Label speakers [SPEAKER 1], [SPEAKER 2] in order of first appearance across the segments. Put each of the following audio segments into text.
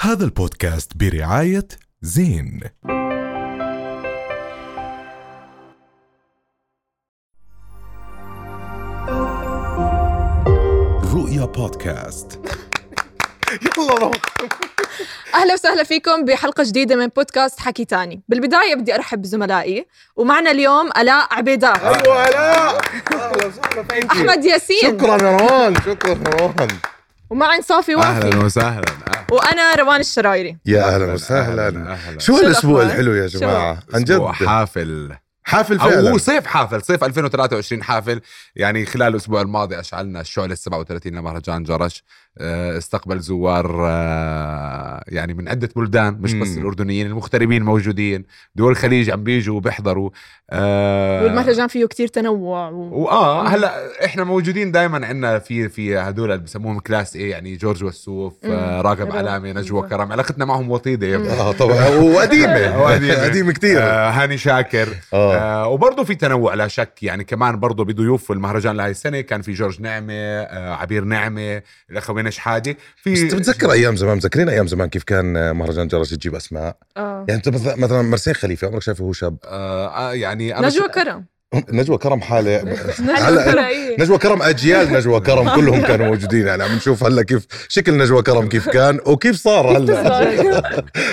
[SPEAKER 1] هذا البودكاست برعاية زين رؤيا بودكاست
[SPEAKER 2] يلا
[SPEAKER 3] اهلا وسهلا فيكم بحلقه جديده من بودكاست حكي تاني بالبدايه بدي ارحب بزملائي ومعنا اليوم الاء عبيدات
[SPEAKER 2] ايوه هلا اهلا وسهلا ثانك
[SPEAKER 3] احمد ياسين
[SPEAKER 2] شكرا مروان شكرا مروان
[SPEAKER 3] ومعن صافي وافي
[SPEAKER 4] اهلا وسهلا أهلا.
[SPEAKER 3] وانا روان الشرايري
[SPEAKER 2] يا اهلا وسهلا شو
[SPEAKER 4] أهلاً.
[SPEAKER 3] شو
[SPEAKER 2] هالاسبوع
[SPEAKER 3] الأخبار؟
[SPEAKER 2] الحلو يا جماعه عن
[SPEAKER 4] أسبوع
[SPEAKER 2] جد
[SPEAKER 4] حافل
[SPEAKER 2] حافل
[SPEAKER 4] او
[SPEAKER 2] فعلا
[SPEAKER 4] صيف حافل صيف 2023 حافل يعني خلال الاسبوع الماضي اشعلنا الشعله 37 لمهرجان جرش آه، استقبل زوار آه، يعني من عده بلدان مش بس
[SPEAKER 2] مم.
[SPEAKER 4] الاردنيين المغتربين موجودين دول الخليج عم بيجوا وبيحضروا آه،
[SPEAKER 3] والمهرجان فيه كتير تنوع و...
[SPEAKER 4] واه هلا احنا موجودين دائما عندنا في في هدول اللي بسموهم كلاس اي يعني جورج والسوف آه،
[SPEAKER 3] مم.
[SPEAKER 4] راغب
[SPEAKER 3] راغب.
[SPEAKER 4] علامه نجوى كرم علاقتنا معهم وطيده يا
[SPEAKER 3] مم.
[SPEAKER 4] ابني.
[SPEAKER 2] اه طبعا وقديمه
[SPEAKER 4] وقديمة.
[SPEAKER 2] قديمه كثير
[SPEAKER 4] آه، هاني شاكر
[SPEAKER 2] اه
[SPEAKER 4] آه وبرضه في تنوع لا شك يعني كمان برضه بضيوف المهرجان لهي السنه كان في جورج نعمه آه عبير نعمه الاخوين شحاده في
[SPEAKER 2] بس بتتذكر ايام زمان متذكرين ايام زمان كيف كان مهرجان جرس يجيب اسماء
[SPEAKER 3] آه.
[SPEAKER 2] يعني انت مثلا- مثلا مرسين خليفه عمرك شايفه هو شاب
[SPEAKER 4] آه آه، يعني انا
[SPEAKER 3] نجوى كرم
[SPEAKER 2] نجوى كرم حاله
[SPEAKER 3] نجوى
[SPEAKER 2] هلا-
[SPEAKER 3] كرم إيه.
[SPEAKER 2] نجوى كرم اجيال نجوى كرم كلهم كانوا موجودين يعني عم نشوف هلا كيف شكل نجوى كرم كيف كان وكيف صار هلا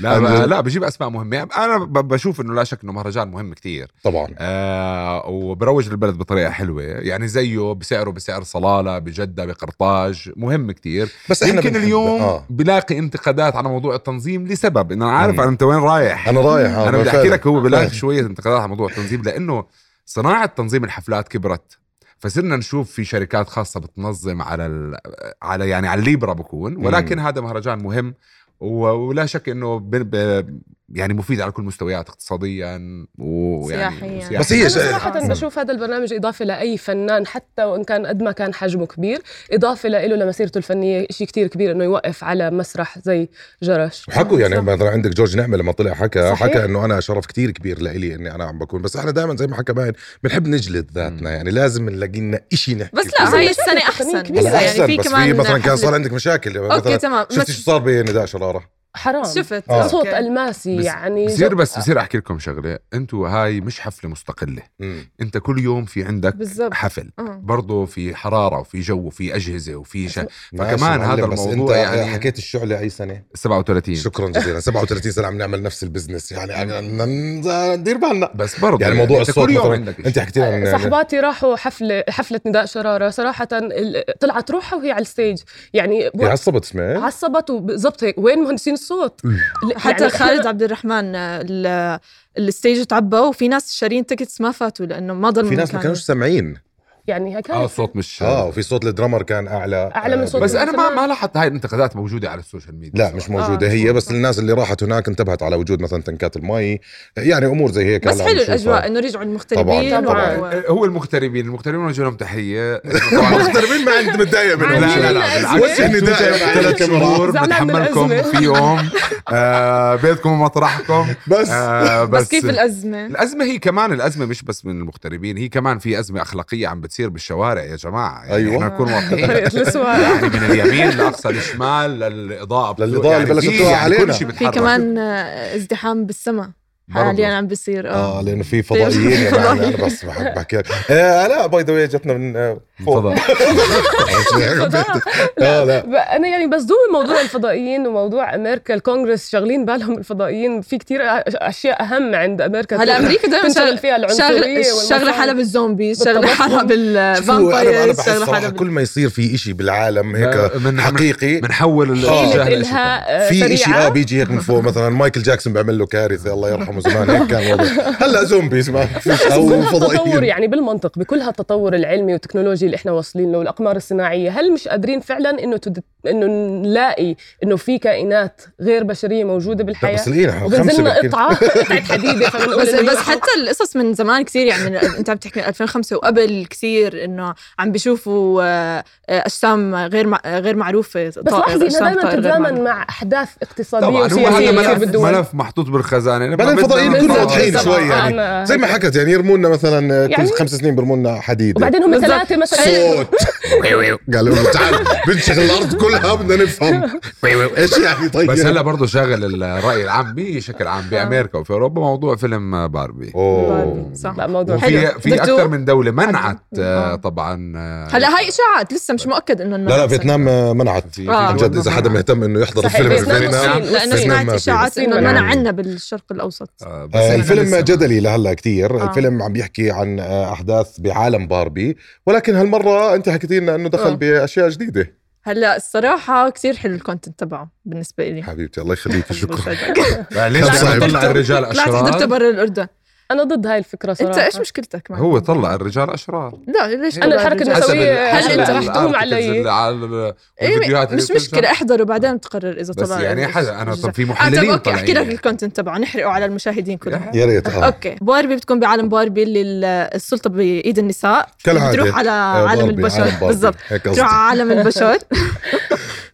[SPEAKER 4] لا
[SPEAKER 2] أنا-
[SPEAKER 4] ب- لا بجيب اسماء مهمه انا ب- بشوف انه لا شك انه مهرجان مهم كتير
[SPEAKER 2] طبعا
[SPEAKER 4] آه وبروج للبلد بطريقه حلوه يعني زيه بسعره بسعر صلاله بجده بقرطاج مهم كتير
[SPEAKER 2] بس احنا
[SPEAKER 4] يمكن
[SPEAKER 2] بنحب-
[SPEAKER 4] اليوم
[SPEAKER 2] آه.
[SPEAKER 4] بلاقي انتقادات على موضوع التنظيم لسبب ان انا عارف
[SPEAKER 2] مم.
[SPEAKER 4] انا انت وين رايح
[SPEAKER 2] انا رايح آه،
[SPEAKER 4] انا بدي
[SPEAKER 2] بالفعل.
[SPEAKER 4] احكي لك هو
[SPEAKER 2] فعلا.
[SPEAKER 4] بلاش شويه انتقادات على موضوع التنظيم لانه صناعه تنظيم الحفلات كبرت فصرنا نشوف في شركات خاصه بتنظم على ال... على يعني على الليبرا بكون ولكن
[SPEAKER 2] مم.
[SPEAKER 4] هذا مهرجان مهم و... ولا شك انه ب... ب... يعني مفيد على كل المستويات اقتصاديا ويعني
[SPEAKER 3] سياحياً.
[SPEAKER 4] وسياحياً.
[SPEAKER 2] بس هي
[SPEAKER 5] أنا
[SPEAKER 2] ش-
[SPEAKER 5] صراحة
[SPEAKER 4] آه.
[SPEAKER 5] بشوف هذا البرنامج إضافة لأي فنان حتى وإن كان قد ما كان حجمه كبير إضافة له لمسيرته الفنية شيء كتير كبير إنه يوقف على مسرح زي جرش
[SPEAKER 2] وحكوا يعني مثلا عندك جورج نعمه لما طلع حكى
[SPEAKER 5] صحيح.
[SPEAKER 2] حكى انه انا شرف كتير كبير لإلي اني انا عم بكون بس احنا دائما زي ما حكى باين بنحب نجلد ذاتنا يعني لازم نلاقي لنا شيء نحكي
[SPEAKER 3] بس
[SPEAKER 2] فيه.
[SPEAKER 3] لا هاي السنه
[SPEAKER 5] مشكلة تقنية
[SPEAKER 3] احسن
[SPEAKER 5] كبيرة.
[SPEAKER 2] هلا
[SPEAKER 5] يعني
[SPEAKER 2] احسن بس في مثلا كان صار
[SPEAKER 3] حفلة.
[SPEAKER 2] عندك مشاكل يعني
[SPEAKER 3] اوكي
[SPEAKER 2] مثلا
[SPEAKER 3] تمام
[SPEAKER 2] شفت شو
[SPEAKER 3] مش-
[SPEAKER 2] صار بنداء شراره
[SPEAKER 5] حرام
[SPEAKER 3] شفت
[SPEAKER 2] آه.
[SPEAKER 5] صوت
[SPEAKER 3] أوكي.
[SPEAKER 5] ألماسي
[SPEAKER 4] بس-
[SPEAKER 5] يعني
[SPEAKER 4] بصير
[SPEAKER 5] جو-
[SPEAKER 4] بس بصير احكي لكم شغله انتوا هاي مش حفله مستقله
[SPEAKER 2] مم.
[SPEAKER 4] انت كل يوم في عندك
[SPEAKER 3] بالضبط
[SPEAKER 4] حفل
[SPEAKER 2] يعني
[SPEAKER 3] آه.
[SPEAKER 4] برضه في حراره وفي جو وفي اجهزه وفي شيء
[SPEAKER 2] ماشي
[SPEAKER 4] فكمان
[SPEAKER 2] معلم،
[SPEAKER 4] هذا
[SPEAKER 2] بس
[SPEAKER 4] الموضوع
[SPEAKER 2] انت
[SPEAKER 4] يعني- إيه.
[SPEAKER 2] حكيت الشعله اي سنه
[SPEAKER 4] 37
[SPEAKER 2] شكرا جزيلا 37 سنه عم نعمل نفس البزنس يعني عم- ندير بالنا
[SPEAKER 4] بس برضه
[SPEAKER 2] يعني موضوع
[SPEAKER 4] أنت
[SPEAKER 2] الصوت
[SPEAKER 4] كل يوم
[SPEAKER 2] مثلا
[SPEAKER 4] عندك
[SPEAKER 2] انت حكيت لنا
[SPEAKER 4] يعني.
[SPEAKER 2] إن-
[SPEAKER 5] صحباتي راحوا حفلة حفلة نداء شرارة صراحة ال- طلعت روحها وهي على الستيج يعني
[SPEAKER 2] إيه، عصبت سمعت
[SPEAKER 5] عصبت وبالضبط هيك وين مهندسين الصوت؟ ل-
[SPEAKER 3] حتى
[SPEAKER 5] يعني
[SPEAKER 3] خالد عبد الرحمن آه، ال- الستيج تعبى وفي ناس شارين تيكتس ما فاتوا لانه ما ضلوا
[SPEAKER 2] في ناس ما
[SPEAKER 3] مكانهم.
[SPEAKER 2] كانوش سامعين
[SPEAKER 5] يعني هيك
[SPEAKER 4] اه الصوت مش
[SPEAKER 2] اه وفي صوت الدرامر كان اعلى
[SPEAKER 5] أعلى من
[SPEAKER 2] آه،
[SPEAKER 5] صوت
[SPEAKER 4] بس انا ما
[SPEAKER 5] زمان.
[SPEAKER 4] ما لاحظت هاي الانتقادات موجوده على السوشيال ميديا
[SPEAKER 2] لا مش موجوده آه. هي بس الناس اللي راحت هناك انتبهت على وجود مثلا تنكات المي يعني امور زي هيك
[SPEAKER 3] بس
[SPEAKER 2] هلا عم
[SPEAKER 3] حلو
[SPEAKER 2] نشوفها.
[SPEAKER 3] الاجواء انه رجعوا المغتربين
[SPEAKER 2] طبعاً،
[SPEAKER 3] و-
[SPEAKER 2] طبعاً.
[SPEAKER 4] آه، هو المغتربين المغتربين نوجه لهم تحيه
[SPEAKER 2] المغتربين ما عندي متضايق منهم لا
[SPEAKER 4] لا لا لا
[SPEAKER 2] أزمة.
[SPEAKER 4] بالعكس
[SPEAKER 2] وجه نداء
[SPEAKER 4] توجه
[SPEAKER 2] بعد
[SPEAKER 4] ثلاث
[SPEAKER 2] الكاميرا.
[SPEAKER 4] شهور
[SPEAKER 5] زعلان من
[SPEAKER 4] بنتحملكم
[SPEAKER 5] الأزمة.
[SPEAKER 4] في يوم آه بيتكم ومطرحكم
[SPEAKER 2] بس
[SPEAKER 4] آه
[SPEAKER 3] بس, كيف الازمه
[SPEAKER 4] الأزمة هي كمان الأزمة مش بس من المغتربين هي كمان في أزمة أخلاقية عم بتصير بالشوارع يا جماعة يعني
[SPEAKER 2] أيوة.
[SPEAKER 4] احنا نكون واضحين
[SPEAKER 5] طريقة السواقة
[SPEAKER 4] يعني من اليمين لأقصى الشمال للإضاءة
[SPEAKER 2] للإضاءة اللي
[SPEAKER 4] يعني
[SPEAKER 2] بلشت
[SPEAKER 4] في-
[SPEAKER 2] تقع
[SPEAKER 4] يعني
[SPEAKER 2] علينا.
[SPEAKER 4] كل شيء
[SPEAKER 3] في
[SPEAKER 4] بيتحرك.
[SPEAKER 3] كمان آه، ازدحام بالسما
[SPEAKER 4] برضو.
[SPEAKER 3] حاليا عم بيصير آه.
[SPEAKER 2] اه لانه في فضائيين يا معلم انا بس بحب بحكي لك آه لا باي ذا جتنا من آه، فوق
[SPEAKER 4] تفضل
[SPEAKER 2] اه لا
[SPEAKER 5] ب- انا يعني بصدوم موضوع الفضائيين وموضوع امريكا الكونغرس شاغلين بالهم الفضائيين في كتير أ- اشياء اهم عند امريكا
[SPEAKER 3] هلا امريكا دائما
[SPEAKER 5] تنشغل
[SPEAKER 3] شغل
[SPEAKER 5] فيها العنصريه
[SPEAKER 3] شغل شغله حالها بالزومبي شغله حالها
[SPEAKER 2] شوفوا، انا انا
[SPEAKER 3] بالفامبايرز
[SPEAKER 2] بحس
[SPEAKER 3] شغله حالها
[SPEAKER 2] صراحه كل
[SPEAKER 3] بال...
[SPEAKER 2] ما يصير في إشي بالعالم هيك
[SPEAKER 4] آه، من- من-
[SPEAKER 2] حقيقي
[SPEAKER 4] بنحول
[SPEAKER 2] آه.
[SPEAKER 4] الجهل
[SPEAKER 5] حيله
[SPEAKER 4] إلى شتاء.
[SPEAKER 5] الهاء
[SPEAKER 2] في إشي
[SPEAKER 5] سريعه
[SPEAKER 2] اه بيجي هيك من فوق مثلا مايكل جاكسون بيعمل له كارثه الله يرحمه زمان هيك كان وضع هلا زومبيز ما فيش او
[SPEAKER 5] التطور
[SPEAKER 2] فضائيين
[SPEAKER 5] يعني بالمنطق بكل هالتطور العلمي والتكنولوجي اللي احنا واصلين له والاقمار الصناعيه هل مش قادرين فعلا انه تد... انه نلاقي انه في كائنات غير بشريه موجوده
[SPEAKER 2] لا،
[SPEAKER 5] بالحياه
[SPEAKER 2] بس لقينا خمسه
[SPEAKER 5] وبنزلنا
[SPEAKER 2] بالكتير.
[SPEAKER 5] قطعه قطعه حديده فبنقول
[SPEAKER 3] بس
[SPEAKER 5] إنه هي
[SPEAKER 3] بس
[SPEAKER 5] قطعة.
[SPEAKER 3] حتى القصص من زمان كثير يعني من انت عم تحكي من 2005 وقبل كثير انه عم بيشوفوا آه، آه، اجسام غير مع- آه، غير معروفه
[SPEAKER 5] بس لاحظي انه
[SPEAKER 3] أجسام
[SPEAKER 5] دائما
[SPEAKER 3] طائر غير
[SPEAKER 5] تتزامن
[SPEAKER 3] معروفة.
[SPEAKER 5] مع احداث اقتصاديه
[SPEAKER 4] طبعا هو هذا
[SPEAKER 5] وسياسيه بتصير
[SPEAKER 4] ملف
[SPEAKER 5] بالدول
[SPEAKER 4] ملف محطوط بالخزانه لما
[SPEAKER 2] بعدين الفضائيين
[SPEAKER 4] بالضبط.
[SPEAKER 2] كلهم
[SPEAKER 4] بالضبط.
[SPEAKER 2] واضحين
[SPEAKER 4] طبعاً.
[SPEAKER 2] شوي يعني
[SPEAKER 5] أنا-
[SPEAKER 2] زي ما حكت يعني يرموا لنا مثلا كل
[SPEAKER 5] يعني-
[SPEAKER 2] خمس سنين بيرموا لنا حديده
[SPEAKER 5] وبعدين هم
[SPEAKER 3] بالضبط.
[SPEAKER 5] ثلاثه مثلا
[SPEAKER 2] صوت قالوا له تعال بنشغل الارض كلها بدنا نفهم ايش يعني طيب
[SPEAKER 4] بس هلا برضه شاغل الراي العام بشكل
[SPEAKER 3] آه.
[SPEAKER 4] عام بامريكا وفي اوروبا موضوع فيلم باربي
[SPEAKER 2] اوه
[SPEAKER 3] باربي، صح
[SPEAKER 5] لا موضوع حلو
[SPEAKER 4] وفي في
[SPEAKER 3] دكتور.
[SPEAKER 4] اكثر من دوله منعت آه،
[SPEAKER 3] آه.
[SPEAKER 4] طبعا آه،
[SPEAKER 3] هلا هاي اشاعات لسه مش مؤكد انه
[SPEAKER 2] لا لا فيتنام آه، منعت
[SPEAKER 4] في- في
[SPEAKER 3] آه.
[SPEAKER 2] عن
[SPEAKER 4] دول
[SPEAKER 2] جد اذا حدا
[SPEAKER 4] منعت.
[SPEAKER 2] مهتم انه يحضر
[SPEAKER 5] صحيح،
[SPEAKER 2] الفيلم
[SPEAKER 5] فيتنام
[SPEAKER 2] بفيتنام
[SPEAKER 5] والصين.
[SPEAKER 3] لانه
[SPEAKER 5] بس
[SPEAKER 2] فيتنام
[SPEAKER 3] سمعت
[SPEAKER 2] ما في.
[SPEAKER 3] اشاعات انه
[SPEAKER 5] بس
[SPEAKER 3] منع
[SPEAKER 5] نعم.
[SPEAKER 3] عنا بالشرق الاوسط
[SPEAKER 4] آه، بس
[SPEAKER 2] آه،
[SPEAKER 4] أنا
[SPEAKER 2] الفيلم
[SPEAKER 4] لسه-
[SPEAKER 2] جدلي لهلا كثير
[SPEAKER 3] آه.
[SPEAKER 2] الفيلم عم بيحكي عن آه، احداث بعالم باربي ولكن هالمره انت حكيت لنا انه دخل
[SPEAKER 3] آه.
[SPEAKER 2] باشياء جديده
[SPEAKER 3] هلا الصراحه كثير حلو الكونتنت تبعه بالنسبه لي
[SPEAKER 2] حبيبتي الله يخليك شكرا
[SPEAKER 4] آه، ليش
[SPEAKER 2] طلع
[SPEAKER 4] لأنه طلع
[SPEAKER 3] حضرته-
[SPEAKER 4] الرجال
[SPEAKER 3] طلعت حضرته
[SPEAKER 4] اشرار
[SPEAKER 3] برا الاردن
[SPEAKER 5] انا ضد هاي الفكره صراحه
[SPEAKER 3] انت ايش مشكلتك معه؟
[SPEAKER 4] هو طلع الرجال اشرار
[SPEAKER 3] لا ليش
[SPEAKER 4] أنا
[SPEAKER 3] طلع
[SPEAKER 5] الحركة
[SPEAKER 3] الرجال؟
[SPEAKER 5] النسوية-
[SPEAKER 4] حسب
[SPEAKER 3] هل
[SPEAKER 4] ال- حسب
[SPEAKER 3] أنت
[SPEAKER 4] ال-
[SPEAKER 5] رحتهم
[SPEAKER 4] articles
[SPEAKER 5] علي؟
[SPEAKER 4] اللي على ال- والفيديوهات
[SPEAKER 3] إيه
[SPEAKER 4] اللي
[SPEAKER 3] مش
[SPEAKER 4] بتنشر.
[SPEAKER 3] مشكلة احضره بعدين بتقرر إذا
[SPEAKER 4] بس
[SPEAKER 3] طلع
[SPEAKER 4] يعني
[SPEAKER 3] الرجال.
[SPEAKER 4] حدا انا طب في
[SPEAKER 3] آه، طب
[SPEAKER 4] محللين
[SPEAKER 3] اوكي احكي لك
[SPEAKER 4] طالعين.
[SPEAKER 3] الكونتنت تبعه نحرقه على المشاهدين كلهم
[SPEAKER 2] يا ريت اه
[SPEAKER 3] اوكي باربي بتكون بعالم باربي اللي ال- السلطة بإيد النساء
[SPEAKER 2] كالعاده
[SPEAKER 3] بتروح على
[SPEAKER 2] آه،
[SPEAKER 3] عالم
[SPEAKER 2] باربي، عالم
[SPEAKER 3] البشر
[SPEAKER 2] باربي.
[SPEAKER 3] بالضبط
[SPEAKER 2] هيك قصدي
[SPEAKER 3] تروح على عالم البشر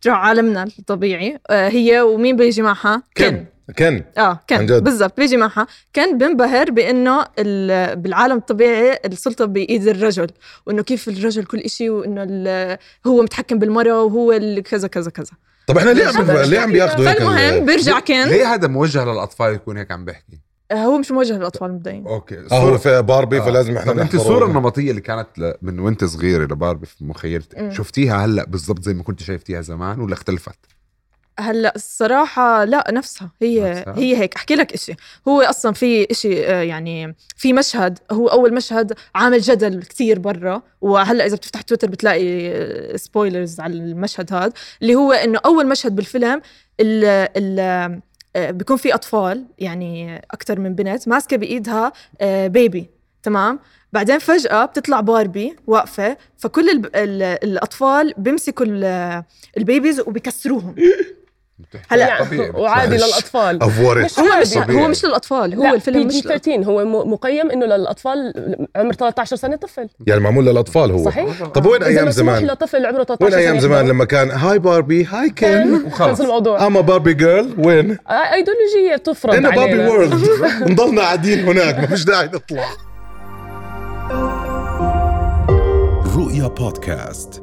[SPEAKER 3] تروح عالمنا الطبيعي آه، هي ومين بيجي معها؟
[SPEAKER 2] كن كن
[SPEAKER 3] اه
[SPEAKER 2] عن
[SPEAKER 3] كان
[SPEAKER 2] جد.
[SPEAKER 3] بالضبط بيجي معها كان بنبهر بانه ال- بالعالم الطبيعي السلطه بايد الرجل وانه كيف الرجل كل إشي وانه ال- هو متحكم بالمراه وهو ال- كذا كذا كذا
[SPEAKER 2] طب احنا ليه عم ليه عم بياخذوا هيك آه،
[SPEAKER 3] فالمهم
[SPEAKER 2] ال-
[SPEAKER 3] بيرجع كان
[SPEAKER 4] ليه هذا موجه للاطفال يكون هيك عم بحكي
[SPEAKER 3] هو مش موجه للاطفال مبدئيا
[SPEAKER 4] اوكي
[SPEAKER 2] اه هو
[SPEAKER 4] صورة-
[SPEAKER 2] في باربي
[SPEAKER 4] آه.
[SPEAKER 2] فلازم احنا
[SPEAKER 4] طب انت
[SPEAKER 2] نحضره.
[SPEAKER 4] الصوره النمطيه اللي كانت ل- من وانت صغيره لباربي في مخيلتك
[SPEAKER 3] مم.
[SPEAKER 4] شفتيها هلا بالضبط زي ما كنت شايفتيها زمان ولا اختلفت؟
[SPEAKER 3] هلا الصراحة لا نفسها هي
[SPEAKER 4] نفسها؟
[SPEAKER 3] نفسها. هي هيك احكي لك اشي هو اصلا في اشي آه، يعني في مشهد هو اول مشهد عامل جدل كتير برا وهلا اذا بتفتح تويتر بتلاقي سبويلرز على المشهد هذا اللي هو انه اول مشهد بالفيلم ال ال آه، بيكون في اطفال يعني اكثر من بنت ماسكه بايدها آه، بيبي تمام بعدين فجأة بتطلع باربي واقفة فكل ال ال الأطفال بيمسكوا ال- البيبيز وبيكسروهم
[SPEAKER 4] بتحكي
[SPEAKER 3] هلا،
[SPEAKER 4] طبيعي.
[SPEAKER 5] وعادي
[SPEAKER 2] معلش.
[SPEAKER 5] للأطفال
[SPEAKER 2] افورت
[SPEAKER 5] مش
[SPEAKER 3] هو مش
[SPEAKER 4] طبيعي.
[SPEAKER 3] هو مش للاطفال هو
[SPEAKER 5] لا،
[SPEAKER 3] الفيلم مش
[SPEAKER 5] PG-13 هو م- مقيم انه للاطفال عمر 13 سنه طفل
[SPEAKER 2] يعني معمول للاطفال هو
[SPEAKER 5] صحيح
[SPEAKER 2] طب وين
[SPEAKER 5] إذا
[SPEAKER 2] ايام
[SPEAKER 5] مسموح
[SPEAKER 2] زمان
[SPEAKER 5] لطفل عمره 13
[SPEAKER 2] وين
[SPEAKER 5] سنة
[SPEAKER 2] ايام زمان
[SPEAKER 5] يحضر.
[SPEAKER 2] لما كان هاي باربي هاي كن
[SPEAKER 5] خلص الموضوع
[SPEAKER 2] اما باربي جيرل وين
[SPEAKER 5] آه، ايديولوجيه تفرض
[SPEAKER 2] لنا باربي
[SPEAKER 5] علينا.
[SPEAKER 2] وورلد نضلنا قاعدين هناك ما فيش داعي نطلع
[SPEAKER 1] رؤيا بودكاست